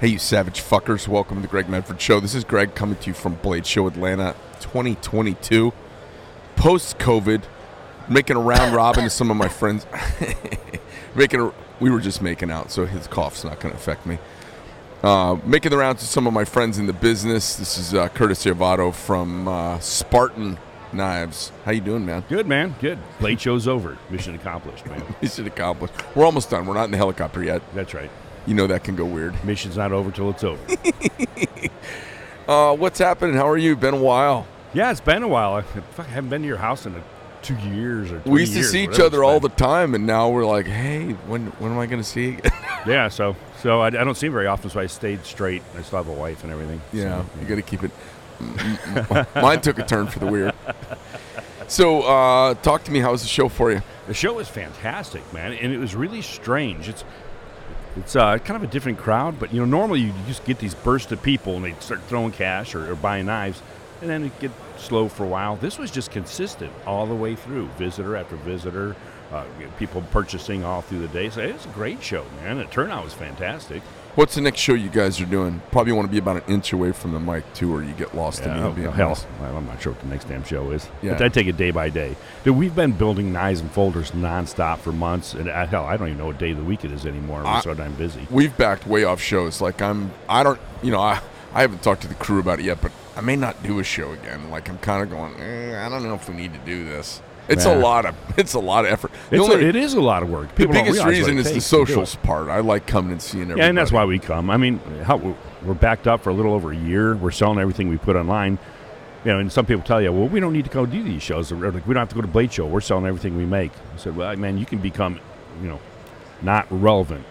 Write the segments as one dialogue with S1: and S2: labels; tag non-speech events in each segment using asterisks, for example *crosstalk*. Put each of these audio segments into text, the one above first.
S1: Hey, you savage fuckers. Welcome to the Greg Medford Show. This is Greg coming to you from Blade Show Atlanta 2022. Post COVID, making a round robin to some of my friends. *laughs* making a, We were just making out, so his cough's not going to affect me. Uh, making the rounds to some of my friends in the business. This is uh, Curtis Iavato from uh, Spartan Knives. How you doing, man?
S2: Good, man. Good. Late show's over. Mission accomplished, man.
S1: Mission accomplished. We're almost done. We're not in the helicopter yet.
S2: That's right.
S1: You know that can go weird.
S2: Mission's not over till it's over.
S1: Uh, what's happening? How are you? Been a while.
S2: yeah, it's been a while. I, fuck, I haven't been to your house in uh two years or
S1: We used to see each other all the time, and now we're like, hey, when when am I going to see? you?
S2: time. Yeah, so so I, I don't see him very often, so I stayed straight. I still have a wife and everything. so,
S1: yeah, *laughs* you got to keep it. Mine took a turn for the weird. So, uh, talk to me. How's the show for you?
S2: The show was fantastic, man, and it was really strange. It's it's uh, kind of a different crowd, but you know, normally you just get these bursts of people and they start throwing cash or, or buying knives, and then it get slow for a while. This was just consistent all the way through, visitor after visitor, uh, you know, people purchasing all through the day. So it was a great show, man. The turnout was fantastic.
S1: What's the next show you guys are doing? Probably want to be about an inch away from the mic too, or you get lost in me.
S2: Yeah, oh,
S1: being
S2: hell,
S1: honest.
S2: well, I'm not sure what the next damn show is.
S1: Yeah.
S2: But I take it day by day. Dude, we've been building knives and folders nonstop for months, and I, hell, I don't even know what day of the week it is anymore.
S1: I-
S2: We're so damn busy.
S1: We've backed way off shows. Like I'm, I don't, you know, I I haven't talked to the crew about it yet, but I may not do a show again. Like I'm kind of going, eh, I don't know if we need to do this. It's
S2: Yeah.
S1: a lot of, *laughs* it's a lot of effort. The
S2: It's
S1: only-
S2: a, it is a lot of work.
S1: The
S2: People don't
S1: biggest
S2: realize what
S1: reason
S2: it
S1: is the
S2: takes to do it.
S1: socials part. I like coming and seeing everybody.
S2: Yeah, and that's why we come. I mean, how, we're- we're backed up for a little over a year. We're selling everything we put online. You know, and some people tell you, well, we don't need to go do these shows. Or, like, we don't have to go to Blade Show. We're selling everything we make. I said, well, man, you can become, you know, not relevant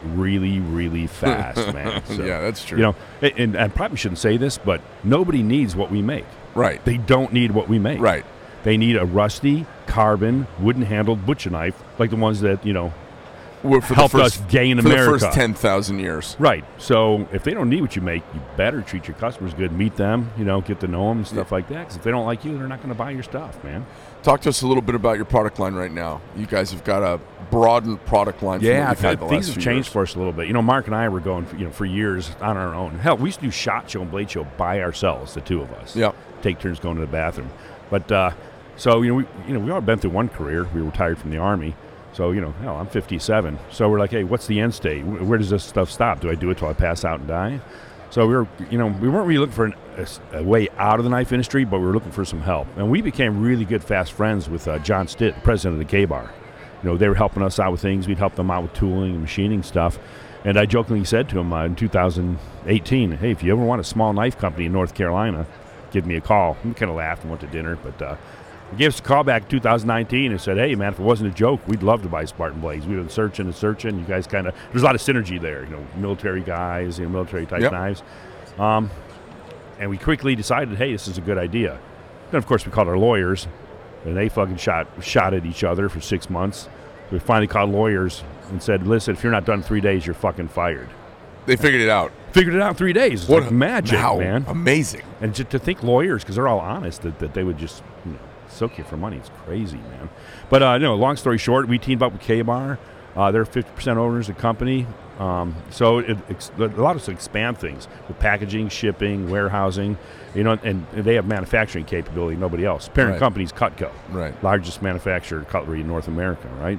S1: *laughs*
S2: really, really fast, man. So,
S1: Yeah, that's true.
S2: You know, and, and I probably shouldn't say this, but nobody needs what we make.
S1: Right.
S2: They don't need what we make.
S1: Right.
S2: They need a rusty, carbon, wooden-handled butcher knife, like the ones that you know
S1: We're for
S2: helped
S1: the first,
S2: us gain
S1: for
S2: America.
S1: the first ten thousand years.
S2: Right. So if they don't need what you make, you better treat your customers good, meet them, you know, get to know them, stuff like that. Because if they don't like you, they're not going to buy your stuff, man.
S1: Talk to us a little bit about your product line right now. You guys have got a broadened product line.
S2: Yeah, I
S1: from what you've had
S2: think
S1: the
S2: things
S1: last
S2: have
S1: few
S2: changed
S1: years.
S2: for us a little bit. You know, Mark and I were going, you know, for years on our own. Hell, we used to do Shot Show and Blade Show by ourselves, the two of us.
S1: Yep.
S2: Take turns going to the bathroom. But uh, so you know, we you know we all been through one career. We retired from the army. So you know, hell, I'm 57. So we're like, hey, what's the end state? Wh- Where does this stuff stop? Do I do it till I pass out and die? So we were, you know, we weren't really looking for an, a s- a, way out of the knife industry, but we were looking for some help. And we became really good, fast friends with uh, John Stitt, the president of the K Bar. You know, they were helping us out with things. We'd help them out with tooling and machining stuff. And I jokingly said to him uh, in 2018, hey, if you ever want a small knife company in North Carolina, give me a call. We kind of laughed and went to dinner, but uh, he gave us a call back in 2019 and said, hey, man, if it wasn't a joke, we'd love to buy Spartan Blades. We've been searching and searching. You guys kind of, there's a lot of synergy there, you know, military guys, you know, military type
S1: Yep.
S2: knives. Um, and we quickly decided, hey, this is a good idea. Then, of course, we called our lawyers, and they fucking shot shot at each other for six months. We finally called lawyers and said, listen, if you're not done in three days, you're fucking fired.
S1: They figured it out.
S2: Figured it out in three days. It's
S1: What
S2: like
S1: a- Um,
S2: magic,
S1: wow,
S2: man.
S1: Amazing.
S2: And just to think lawyers, because they're all honest, that, that they would just you know, soak you for money. It's crazy, man. But uh, no, long story short, we teamed up with K-Bar. Uh, they're 50% owners of the company. Um, so it, ex- a lot of us expand things with packaging, shipping, warehousing, you know, and, and they have manufacturing capability, nobody else. Parent
S1: Right.
S2: company's Cutco
S1: Right.
S2: largest manufacturer of cutlery in North America, right?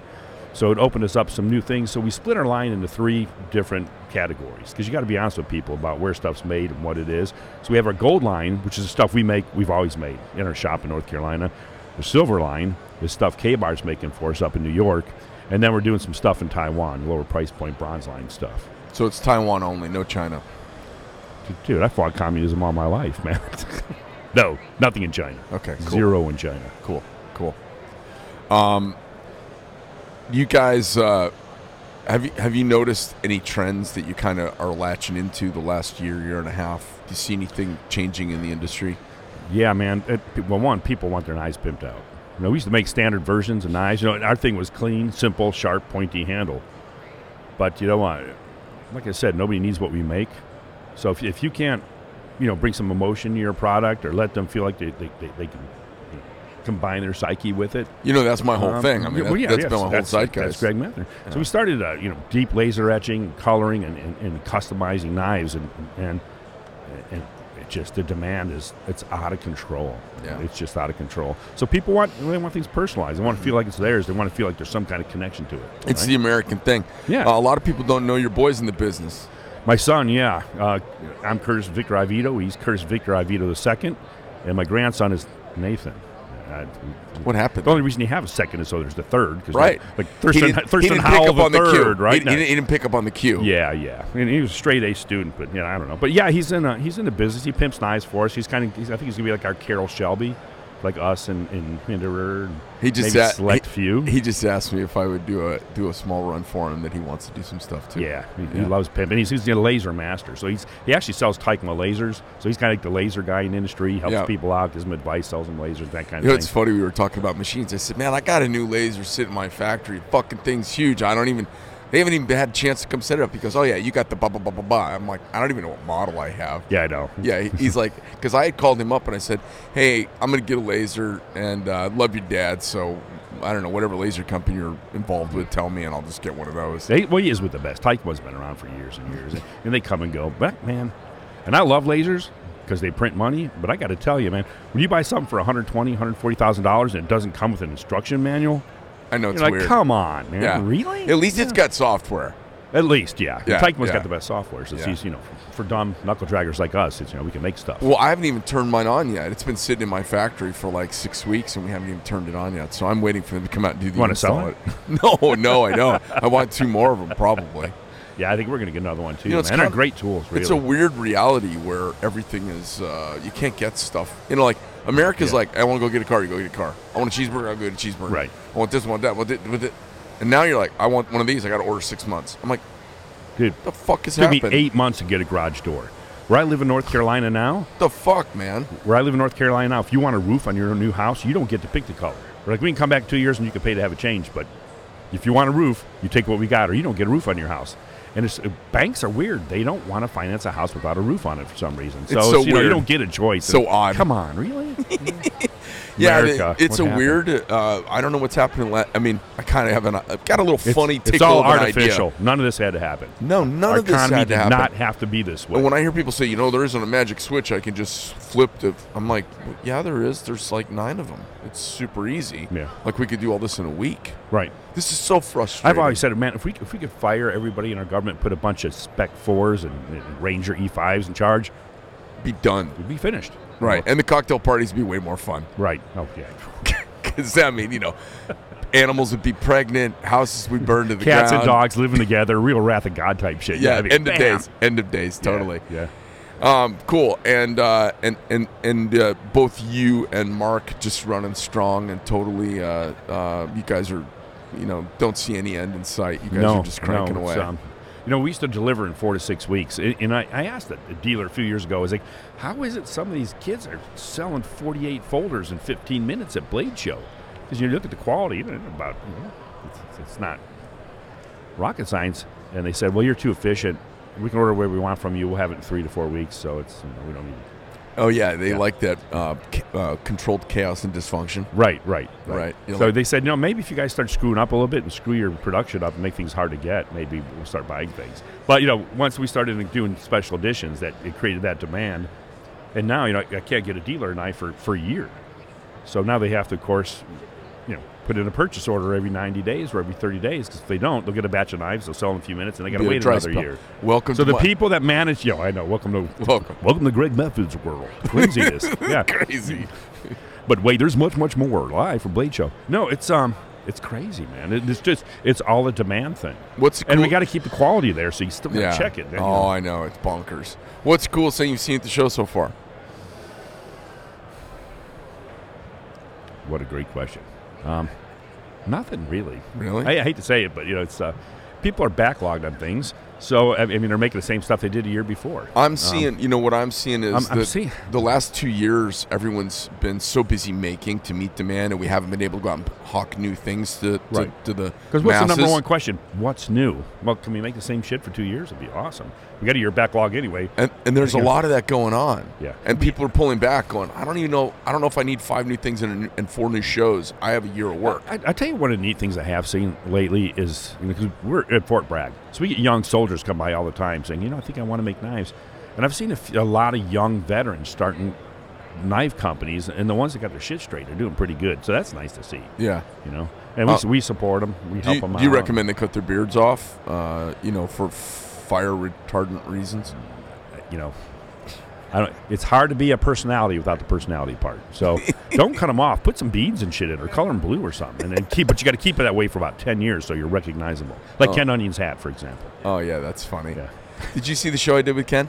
S2: So it opened us up some new things. So we split our line into three different categories because you got to be honest with people about where stuff's made and what it is. So we have our gold line, which is the stuff we make, we've always made in our shop in North Carolina. The silver line is stuff K Bar's making for us up in New York. And then we're doing some stuff in Taiwan, lower price point bronze line stuff.
S1: So it's Taiwan only, no China.
S2: Dude, I fought communism all my life, man. *laughs* no, nothing in China.
S1: Okay, cool.
S2: Zero in China.
S1: Cool, cool. Um, you guys, uh, have you have you noticed any trends that you kind of are latching into the last year, year and a half? Do you see anything changing in the industry?
S2: Yeah, man. It, well, one, people want their knives pimped out. You know, we used to make standard versions of knives. You know, and our thing was clean, simple, sharp, pointy handle. But you know what? Like I said, nobody needs what we make. So if, if you can't, you know, bring some emotion to your product or let them feel like they, they, they, they can you know, combine their psyche with it.
S1: You know, that's my whole
S2: Um,
S1: thing. I mean,
S2: yeah,
S1: that,
S2: well, yeah,
S1: has
S2: yeah,
S1: been
S2: so
S1: my whole
S2: that's-
S1: zeitgeist.
S2: That's Greg Mather. So we started, uh, you know, deep laser etching, coloring, and, and, and customizing knives, and and, and it just the demand is it's out of control.
S1: Yeah.
S2: it's just out of control. So people want they want things personalized. They want to feel like it's theirs. They want to feel like there's some kind of connection to it.
S1: It's
S2: right?
S1: the American thing.
S2: Yeah.
S1: Uh, a lot of people don't know your boys in the business.
S2: My son, yeah. Uh, I'm Curtis Victor Ivito. He's Curtis Victor Ivito II. And my grandson is Nathan. Uh,
S1: What happened?
S2: the only reason you have a second is so there's the third. 'cause
S1: right.
S2: Like Thurston,
S1: he didn't, he
S2: *laughs* Thurston
S1: didn't pick
S2: Howell
S1: up
S2: the
S1: on the
S2: third,
S1: cue.
S2: right?
S1: He, he didn't- Oh. he didn't pick up on the cue.
S2: Yeah, yeah. And he was a straight A student, but yeah, I don't know. But yeah, he's in a, he's in the business. He pimps knives for us. He's kind of. He's, I think he's gonna be like our Carol Shelby, like us and and Hinderer. And
S1: He just
S2: maybe
S1: a-
S2: select
S1: he-
S2: few.
S1: He just asked me if I would do a do a small run for him that he wants to do some stuff too.
S2: yeah, he, he
S1: Yeah.
S2: loves pimping. He's, he's a laser master, so he's he actually sells Tykma lasers. So he's kind of like the laser guy in the industry. He helps
S1: Yeah.
S2: people out, gives them advice, sells them lasers, that kind
S1: You know,
S2: of
S1: it's
S2: thing.
S1: funny. We were talking about machines. I said, "Man, I got a new laser sitting in my factory. Fucking thing's huge. I don't even. They haven't even had a chance to come set it up." He goes, "Oh yeah, you got the blah blah blah blah blah." I'm like, "I don't even know what model I have."
S2: Yeah, I know.
S1: Yeah, he- he's
S2: *laughs*
S1: like, because I had called him up and I said, "Hey, I'm gonna get a laser, and uh, I love your dad, so I don't know whatever laser company you're involved with, tell me, and I'll just get one of those."
S2: They, well, he is with the best. Taekwondo has been around for years and years, and they come and go. But man, and I love lasers because they print money. But I got to tell you, man, when you buy something for 120, 140 thousand dollars and it doesn't come with an instruction manual,
S1: I know it's
S2: you're like,
S1: weird.
S2: come on, man,
S1: yeah,
S2: really?
S1: At least it's
S2: Yeah.
S1: got software.
S2: at least, yeah.
S1: Yeah,
S2: yeah Taekwondo's
S1: yeah.
S2: got the best software, so it's
S1: Yeah.
S2: easy, you know, for dumb knuckle draggers like us, it's you know we can make stuff.
S1: Well, I haven't even turned mine on yet. It's been sitting in my factory for like six weeks, and we haven't even turned it on yet. So I'm waiting for them to come out and do the
S2: Wanna
S1: install.
S2: sell
S1: it? *laughs* No, no, I don't. I want two more of them probably.
S2: yeah, I think we're gonna get another one too.
S1: You know, it's
S2: man. And they're
S1: kind of-
S2: great tools, really.
S1: It's a weird reality where everything is uh, you can't get stuff. You know, like America's
S2: Yeah.
S1: like, I want to go get a car, you go get a car. I want a cheeseburger, I'll go get a cheeseburger.
S2: Right.
S1: I want this, I want that, I want it, And now you're like, I want one of these. I got to order six months. I'm like,
S2: Dude,
S1: the fuck is
S2: took me
S1: happening?
S2: eight months to get a garage door. Where I live in North Carolina now,
S1: The fuck, man.
S2: where I live in North Carolina now, if you want a roof on your new house, you don't get to pick the color. We're like, we can come back in two years and you can pay to have it changed, but if you want a roof, you take what we got, or you don't get a roof on your house. And it's, uh, banks are weird; they don't want to finance a house without a roof on it for some reason. So,
S1: so
S2: it's, you know, you
S1: weird.
S2: don't get a choice.
S1: So
S2: And-
S1: odd.
S2: Come on,
S1: *laughs*
S2: really?
S1: Yeah, it-
S2: America,
S1: it's
S2: what
S1: a
S2: happened?
S1: weird. Uh, I don't know what's happening. La- I mean, I kind of have an. I've got a little funny.
S2: it's, it's
S1: tickle
S2: all
S1: of an
S2: artificial.
S1: Idea.
S2: None of this had to happen.
S1: No, none
S2: Our
S1: of this
S2: economy
S1: had to
S2: did
S1: happen.
S2: not have to be this way.
S1: And when I hear people say, you know, there isn't a magic switch I can just flip to, I'm like, yeah, there is. There's like nine of them. It's super easy.
S2: Yeah.
S1: Like we could do all this in a week.
S2: right.
S1: This is so frustrating.
S2: I've always said, man, if we if we could fire everybody in our government, put a bunch of Spec Fours and, and Ranger E fives in charge,
S1: be done.
S2: we'd be finished.
S1: Right. And the cocktail parties would be way more fun. *laughs*
S2: Right. Oh yeah.
S1: Because, I mean, you know, animals would be pregnant, houses would burn to the
S2: Cats
S1: ground.
S2: and dogs living together, real wrath of God type shit.
S1: Yeah,
S2: I mean,
S1: end of
S2: bam.
S1: days. End of days,
S2: Yeah,
S1: totally.
S2: Yeah.
S1: Um, cool. And uh, and and and uh, both you and Mark just running strong and totally. Uh, uh, you guys are, you know, don't see any end in sight. You guys
S2: no,
S1: are just cranking
S2: no,
S1: away.
S2: it's, um, you know, we used to deliver in four to six weeks, and, and I, I asked a a dealer a few years ago. I was like, "How is it some of these kids are selling forty-eight folders in fifteen minutes at Blade Show?" Because you look at the quality, even about you know, it's, it's- it's not rocket science. And they said, "Well, you're too efficient. We can order where we want from you. We'll have it in three to four weeks, so it's you know, we don't need."
S1: oh yeah, they
S2: yeah.
S1: like that uh, ca- uh, controlled chaos and dysfunction.
S2: Right, right,
S1: Right. You know,
S2: So
S1: like-
S2: they said, you know, maybe if you guys start screwing up a little bit and screw your production up and make things hard to get, maybe we'll start buying things. But you know, once we started doing special editions, that it created that demand, and now you know I can't get a dealer knife for for a year. So now they have to, of course, you know, put in a purchase order every 90 days or every 30 days because if they don't, they'll get a batch of knives, they'll sell in a few minutes, and they got to
S1: Yeah,
S2: wait
S1: dry
S2: another
S1: spell.
S2: year.
S1: Welcome
S2: So
S1: to
S2: the
S1: my-
S2: people that manage, yo, I know. Welcome
S1: *laughs*
S2: to
S1: Welcome.
S2: welcome to Greg Methods world.
S1: *laughs*
S2: Craziness, *laughs* yeah.
S1: Crazy.
S2: But wait, there's much, much more live from Blade Show. No, it's um, it's crazy, man. It, it's just it's all a demand thing,
S1: What's the cool-
S2: and we got to keep the quality there, so you still gotta
S1: yeah.
S2: check it. man.
S1: Oh, I know it's bonkers. What's the coolest thing you've seen at the show so far?
S2: what a great question. Um, nothing really.
S1: Really?
S2: I, I hate to say it, but you know, it's uh, people are backlogged on things, so I I mean, they're making the same stuff they did a year before.
S1: I'm seeing, you know, what I'm seeing is
S2: Um, I'm-
S1: that
S2: I'm seeing-
S1: the last two years, everyone's been so busy making to meet demand, and we haven't been able to go out and hawk new things to, to,
S2: Right.
S1: to the
S2: Because what's the number
S1: masses.
S2: one question? What's new? Well, can we make the same shit for two years? It'd be awesome. we got a year backlog anyway.
S1: And, and there's a
S2: Yeah.
S1: lot of that going on.
S2: Yeah.
S1: And people are pulling back, going, I don't even know. I don't know if I need five new things and, a new- and four new shows. I have a year of work.
S2: I, I tell you one of the neat things I have seen lately is you know, 'cause we're at Fort Bragg, so we get young soldiers come by all the time saying, you know, I think I want to make knives, and I've seen a, f- a lot of young veterans starting knife companies, and the ones that got their shit straight are doing pretty good. So that's nice to see,
S1: Yeah.
S2: you know. And we,
S1: Uh,
S2: we support them, we
S1: Do
S2: help
S1: you,
S2: them out.
S1: do you recommend they cut their beards off? Uh, you know, for fire retardant reasons.
S2: you know, I don't. It's hard to be a personality without the personality part.
S1: *laughs*
S2: So don't cut them off. Put some beads and shit in, or color them blue or something, and then keep. But you got to keep it that way for about ten years, so you're recognizable. Like Ken Onion's hat, for example.
S1: Oh yeah, that's funny.
S2: Yeah.
S1: Did you see the show I did with Ken?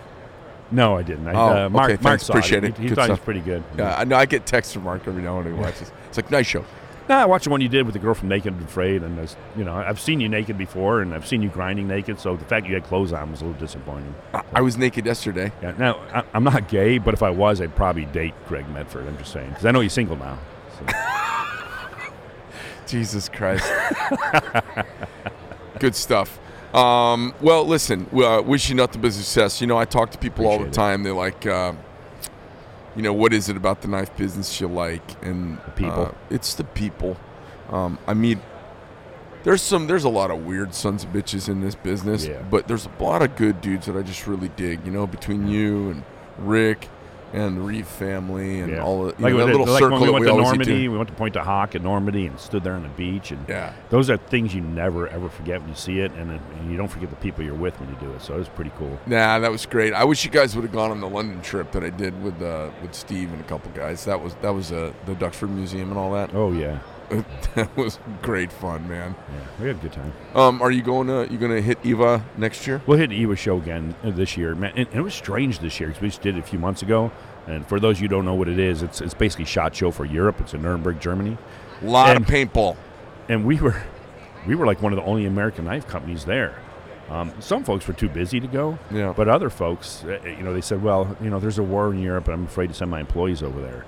S2: No, I didn't. I,
S1: Oh,
S2: uh, Mark,
S1: okay,
S2: Mark
S1: thanks,
S2: saw
S1: appreciate
S2: He,
S1: it.
S2: he
S1: Good
S2: thought it was
S1: stuff.
S2: pretty good.
S1: Yeah, Uh, I know. I get texts from Mark every now and then he watches. It's like nice show.
S2: No, I watched the one you did with the girl from Naked and Afraid, and I was, you know, I've seen you naked before, and I've seen you grinding naked. So the fact you had clothes on was a little disappointing.
S1: I, I was naked yesterday.
S2: Yeah. Now I, I'm not gay, but if I was, I'd probably date Greg Medford. I'm just saying because I know he's single now. So.
S1: Jesus Christ. *laughs* Good stuff. Um, well, listen, we, uh, wish you nothing but success. You know, I talk to people all the
S2: Appreciate it.
S1: time. They're like, uh, you know, what is it about the knife business you like? And the
S2: people.
S1: it's the people. Um, I mean, there's some, there's a lot of weird sons of bitches in this business,
S2: Yeah.
S1: but there's a lot of good dudes that I just really dig. You know, between you and Rick and the Reeve family *laughs* and
S2: Yeah.
S1: all of you
S2: like
S1: know,
S2: we
S1: that
S2: did-
S1: little
S2: like
S1: circle
S2: when we
S1: that
S2: went
S1: we
S2: to
S1: always eat
S2: Normandy,
S1: in.
S2: we went to Point de Hoc at Normandy and stood there on the beach, and
S1: Yeah.
S2: those are things you never ever forget when you see it, and, then- and you don't forget the people you're with when you do it. So it was pretty cool.
S1: Nah, that was great. I wish you guys would have gone on the London trip that I did with uh, with Steve and a couple guys. That was that was uh, the Duxford Museum and all that. *laughs*
S2: Oh yeah,
S1: that was great fun, man.
S2: yeah, we had a good time.
S1: Um, are you going to you going to hit Eva next year?
S2: We'll hit the Ewa show again uh, this year, man. And, and it was strange this year because we just did it a few months ago. And for those of you who don't know what it is, it's it's basically shot show for Europe. It's in Nuremberg, Germany,
S1: Lot
S2: And-
S1: of paintball.
S2: and we were we were like one of the only American knife companies there. Um, some folks were too busy to go,
S1: Yeah.
S2: But other folks, uh, you know, they said, well, you know, there's a war in Europe and I'm afraid to send my employees over there.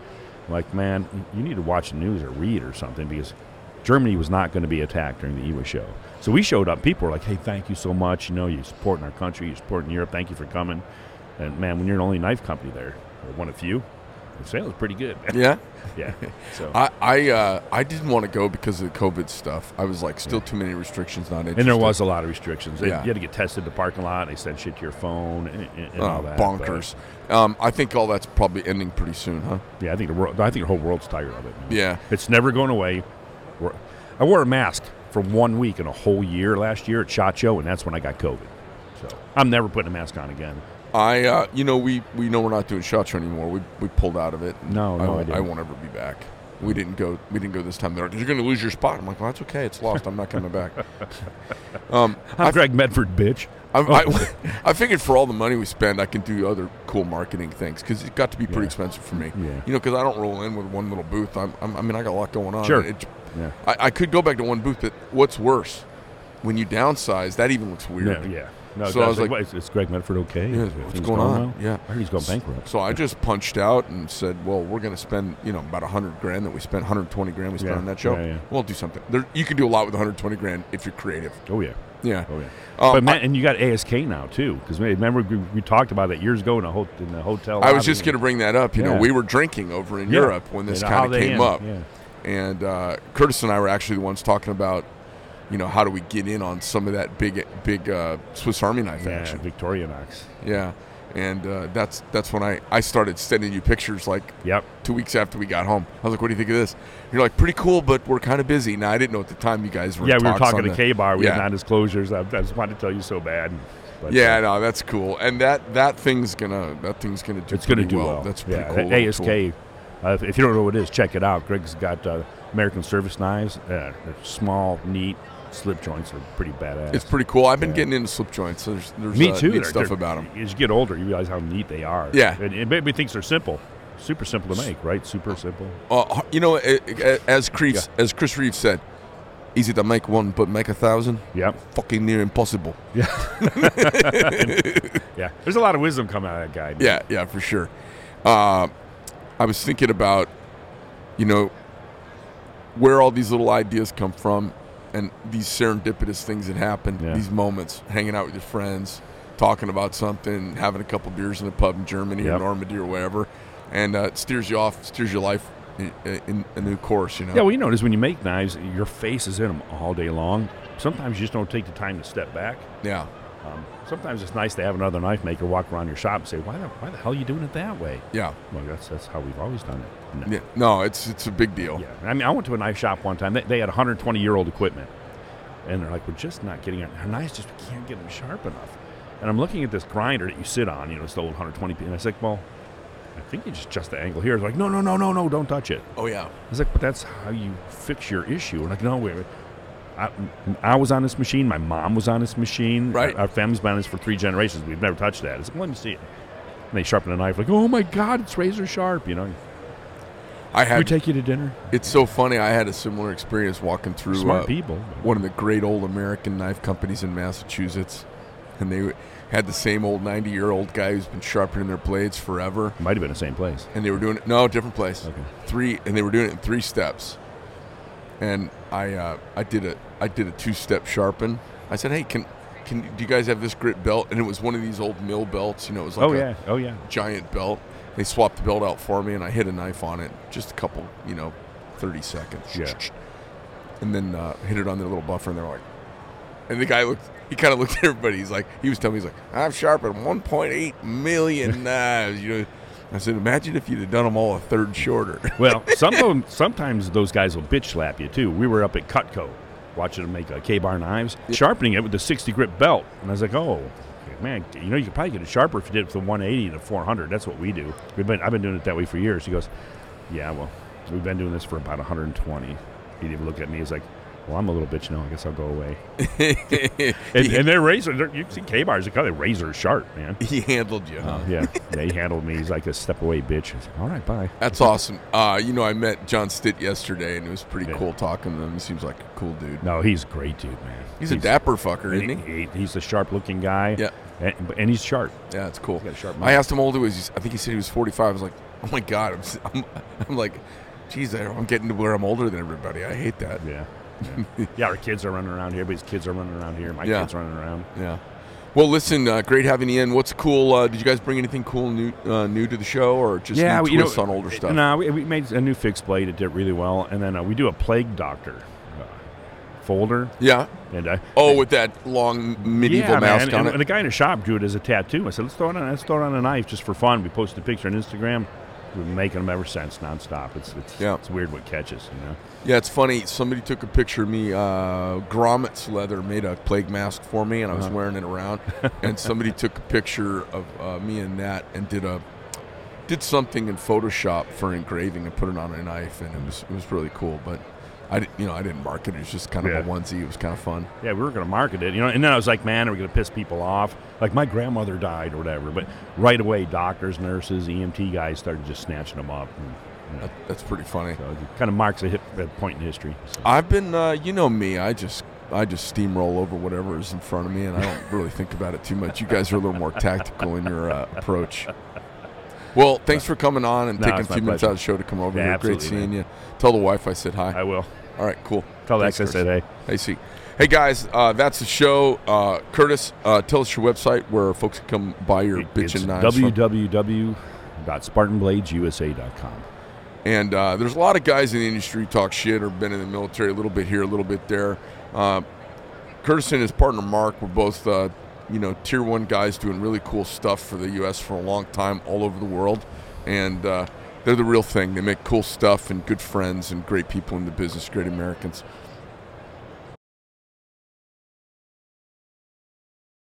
S2: I'm like, man, you need to watch the news or read or something because Germany was not going to be attacked during the EWA show. So we showed up. People were like, hey, thank you so much. You know, you're supporting our country, you're supporting Europe. Thank you for coming. And man, when you're the only knife company there, or one of few, the sales is pretty good.
S1: Yeah.
S2: *laughs* yeah. So.
S1: I I, uh, I didn't want to go because of the COVID stuff. I was like, still too many restrictions. Not interested.
S2: and there was a lot of restrictions. They-
S1: Yeah.
S2: You had to get tested in the parking lot. They sent shit to your phone and, and, and
S1: Uh,
S2: all that. but-
S1: bonkers. Um, I think all that's probably ending pretty soon, huh?
S2: yeah, I think the world. I think the whole world's tired of it. man.
S1: Yeah.
S2: It's never going away. We're- I wore a mask for one week in a whole year last year at Shot Show, and that's when I got COVID. So I'm never putting a mask on again.
S1: I, uh, you know, we, we know we're not doing shot show anymore. We, we pulled out of it.
S2: No,
S1: I,
S2: no, I
S1: won't, I,
S2: didn't.
S1: won't ever be back. We didn't go. We didn't go this time. They're like, you're going to lose your spot. I'm like, well, that's okay. It's lost. I'm not coming
S2: *laughs*
S1: back. um,
S2: I'm Greg Medford, bitch.
S1: I, *laughs* I, I figured for all the money we spend, I can do other cool marketing things because it got to be pretty
S2: Yeah.
S1: expensive for me.
S2: Yeah.
S1: You know, because I don't roll in with one little booth. I'm, I'm, I mean, I got a lot going on.
S2: Sure.
S1: It-
S2: Yeah.
S1: I, I could go back to one booth, but what's worse, when you downsize, that even looks weird.
S2: No, yeah. No,
S1: So I
S2: guys,
S1: was like-
S2: "What, is, is Greg Medford okay?
S1: Yeah,
S2: Is
S1: what's
S2: things
S1: going on?
S2: well?"
S1: Yeah.
S2: I heard he's going bankrupt.
S1: So I just punched out and said, "Well, we're going to spend you know about 100 grand that we spent, 120 grand we spent
S2: Yeah,
S1: on that show.
S2: yeah, yeah.
S1: We'll do something. There, you can do a lot with 120 grand if you're creative.
S2: Oh yeah.
S1: Yeah.
S2: Oh yeah.
S1: Um,
S2: but man, and you got ASK now too, because remember we, we talked about that years ago in a ho- in the hotel.
S1: I, I
S2: lobby.
S1: was just going to bring that up. You know,
S2: Yeah.
S1: we were drinking over in
S2: Yeah.
S1: Europe when this
S2: And how
S1: kind of
S2: they
S1: came
S2: end,
S1: up,
S2: Yeah.
S1: and uh, Curtis and I were actually the ones talking about, you know, how do we get in on some of that big, big uh, Swiss Army knife
S2: Yeah,
S1: action?
S2: Victorinox.
S1: Yeah. And uh, that's that's when I, I started sending you pictures like
S2: Yep.
S1: two weeks after we got home. I was like, "What do you think of this?" You're like, "Pretty cool, but we're kind of busy." Now I didn't know at the time you guys were.
S2: Yeah,
S1: in
S2: we were
S1: talks
S2: talking
S1: on
S2: to
S1: the-
S2: K Bar. We
S1: Yeah.
S2: had non-disclosures. I, I just wanted to tell you so bad. But, uh,
S1: Yeah, no, that's cool, and that that thing's gonna that thing's gonna do.
S2: It's going to
S1: pretty
S2: do well.
S1: That's pretty
S2: yeah.
S1: cool.
S2: that
S1: little
S2: ASK.
S1: tool.
S2: Uh, if- if you don't know what it is, check it out. Greg's got uh, American service knives. Uh, they're small, neat. Slip joints are pretty badass.
S1: It's pretty cool. I've been
S2: Yeah.
S1: getting into slip joints. There's there's
S2: Me
S1: uh,
S2: too.
S1: neat
S2: They're-
S1: stuff
S2: they're-
S1: about them.
S2: As you get older, you realize how neat they are.
S1: Yeah.
S2: and, and maybe thinks they're simple, super simple to make, right? Super simple.
S1: Uh, you know, it- it- as Creeves, as Chris Reeves said, easy to make one, but make a thousand,
S2: Yep.
S1: fucking near impossible.
S2: Yeah. There's a lot of wisdom coming out of that guy. man.
S1: Yeah, yeah, for sure. Uh, I was thinking about, you know, where all these little ideas come from, and these serendipitous things that happen,
S2: Yeah.
S1: these moments, hanging out with your friends, talking about something, having a couple beers in a pub in Germany
S2: Yep.
S1: or Normandy or wherever, and uh, it steers you off, steers your life in, in a new course. You know.
S2: Yeah, well, you notice when you make knives, your face is in them all day long. Sometimes you just don't take the time to step back.
S1: yeah.
S2: Um, sometimes it's nice to have another knife maker walk around your shop and say, "Why the why the hell are you doing it that way?"
S1: Yeah.
S2: Well, that's that's how we've always done it. No.
S1: Yeah. No, it's it's a big deal.
S2: Yeah, I mean, I went to a knife shop one time. They, they had 120 year old equipment, and they're like, "We're just not getting our, our knives. Just we can't get them sharp enough." And I'm looking at this grinder that you sit on. You know, it's the old 120. And I was like, "Well, I think you just adjust the angle here." They're like, "No, no, no, no, no! Don't touch it."
S1: Oh yeah.
S2: I was like, "But that's how you fix your issue." And like, "No, wait." wait. I, I was on this machine. My mom was on this machine.
S1: Right.
S2: Our, our family's been on this for three generations. We've never touched that. It's like, let me see it. And they sharpen the knife. Like, oh my God, it's razor sharp. You know,
S1: I
S2: we
S1: had.
S2: take you to dinner.
S1: it's so funny. I had a similar experience walking through.
S2: Smart
S1: uh,
S2: people.
S1: one of the great old American knife companies in Massachusetts, and they had the same old 90 year old guy who's been sharpening their blades forever.
S2: Might have been the same place.
S1: And they were doing it, no, different place.
S2: Okay.
S1: Three, and they were doing it in three steps. And I, uh, I did a, I did a two step sharpen. I said, hey, can, can do you guys have this grit belt? And it was one of these old mill belts. You know, it was like
S2: oh
S1: a
S2: yeah, oh yeah.
S1: giant belt. They swapped the belt out for me, and I hit a knife on it. Just a couple, you know, thirty seconds.
S2: Yeah.
S1: And then uh, hit it on their little buffer, and they're like, and the guy looked. He kind of looked at everybody. He's like, he was telling me, he's like, I've sharpened 1.8
S2: *laughs*
S1: million knives. You know, I said, imagine if you'd have done them all a third shorter.
S2: Well, some of them, sometimes those guys will bitch slap you too. We were up at Cutco watching them make uh, K-bar knives, sharpening it with the 60 grit belt, and I was like, oh. Man, you know you could probably get it sharper if you did it with the 180 and the 400. That's what we do. We've been I've been doing it that way for years. He goes, yeah, well, we've been doing this for about 120. He didn't even look at me. He's like, well, I'm a little bitch now. I guess I'll go away. *laughs*
S1: *laughs*
S2: And, and they're razor. They're, you see K-bars, they're kind of razor sharp, man.
S1: he handled you. huh?
S2: Yeah, they handled me. He's like a step away bitch. I was like, All right, bye.
S1: That's awesome. Uh, you know, I met John Stitt yesterday, and it was pretty
S2: Yeah.
S1: cool talking to him. He seems like a cool dude.
S2: No, he's a great dude, man.
S1: He's, a dapper fucker,
S2: and
S1: isn't he?
S2: he- he- he's a sharp looking guy.
S1: Yeah.
S2: And, and he's sharp.
S1: Yeah, it's cool.
S2: He's got a sharp
S1: I
S2: mind.
S1: asked him how old he was. He's- I think he said he was 45. I was like, oh my God. I'm, s- *laughs* I'm, I'm like, geez, I- I'm getting to where I'm older than everybody. I hate that.
S2: Yeah.
S1: *laughs*
S2: Yeah. Yeah, our kids are running around here. Everybody's kids are running around here. My
S1: Yeah.
S2: kids running around.
S1: Yeah. Well, listen, uh, great having you in. What's cool? Uh, did you guys bring anything cool new uh, new to the show or just new
S2: we- you know,
S1: twists on older
S2: it-
S1: stuff?
S2: No, we, we made a new fixed blade. It did really well. And then uh, we do a plague doctor uh, folder.
S1: Yeah.
S2: And uh,
S1: Oh, with that long medieval
S2: yeah,
S1: mask
S2: man.
S1: on
S2: and,
S1: it.
S2: and the guy in the shop drew it as a tattoo. I said, let's throw it on, let's throw it on a knife just for fun. We posted a picture on Instagram. We've been making them ever since, nonstop. It's it's,
S1: Yeah.
S2: it's weird what catches, you know.
S1: Yeah, it's funny. Somebody took a picture of me. Uh, Gromit's leather made a plague mask for me, and I was
S2: Uh-huh.
S1: wearing it
S2: *laughs*
S1: around. and somebody took a picture of uh, me and that, and did a did something in Photoshop for engraving and put it on a knife, and it was it was really cool. But I di- you know I didn't mark it. It was just kind of a
S2: Yeah.
S1: onesie. It was kind of fun.
S2: Yeah, we were going to market it, you know. And then I was like, man, are we going to piss people off? Like my grandmother died or whatever. But right away, doctors, nurses, EMT guys started just snatching them up. And, you know,
S1: That, that's pretty funny.
S2: so it kind of marks a, hit, a point in history. So.
S1: I've been uh, you know me. I just I just steamroll over whatever is in front of me, and I don't really think about it too much. You guys are a little more tactical in your uh, approach. Well, thanks for coming on and
S2: No,
S1: taking a
S2: it's
S1: few
S2: my
S1: minutes
S2: pleasure.
S1: out of the show to come over
S2: Yeah,
S1: here. Great
S2: absolutely,
S1: seeing you. Tell the wife I said hi.
S2: I will
S1: All right, cool.
S2: tell
S1: Thanks,
S2: Lex I
S1: Curtis.
S2: said, hey,
S1: Hey, see. Hey guys, uh, that's the show. Uh, Curtis, uh, tell us your website where folks can come buy your
S2: it's
S1: bitchin' knives. from.
S2: www.spartanbladesusa.com.
S1: And uh, there's a lot of guys in the industry who talk shit or been in the military a little bit here, a little bit there. Uh, Curtis and his partner Mark were both, uh, you know, tier one guys doing really cool stuff for the U.S. for a long time, all over the world. And uh, they're the real thing. They make cool stuff and good friends and great people in the business, great Americans.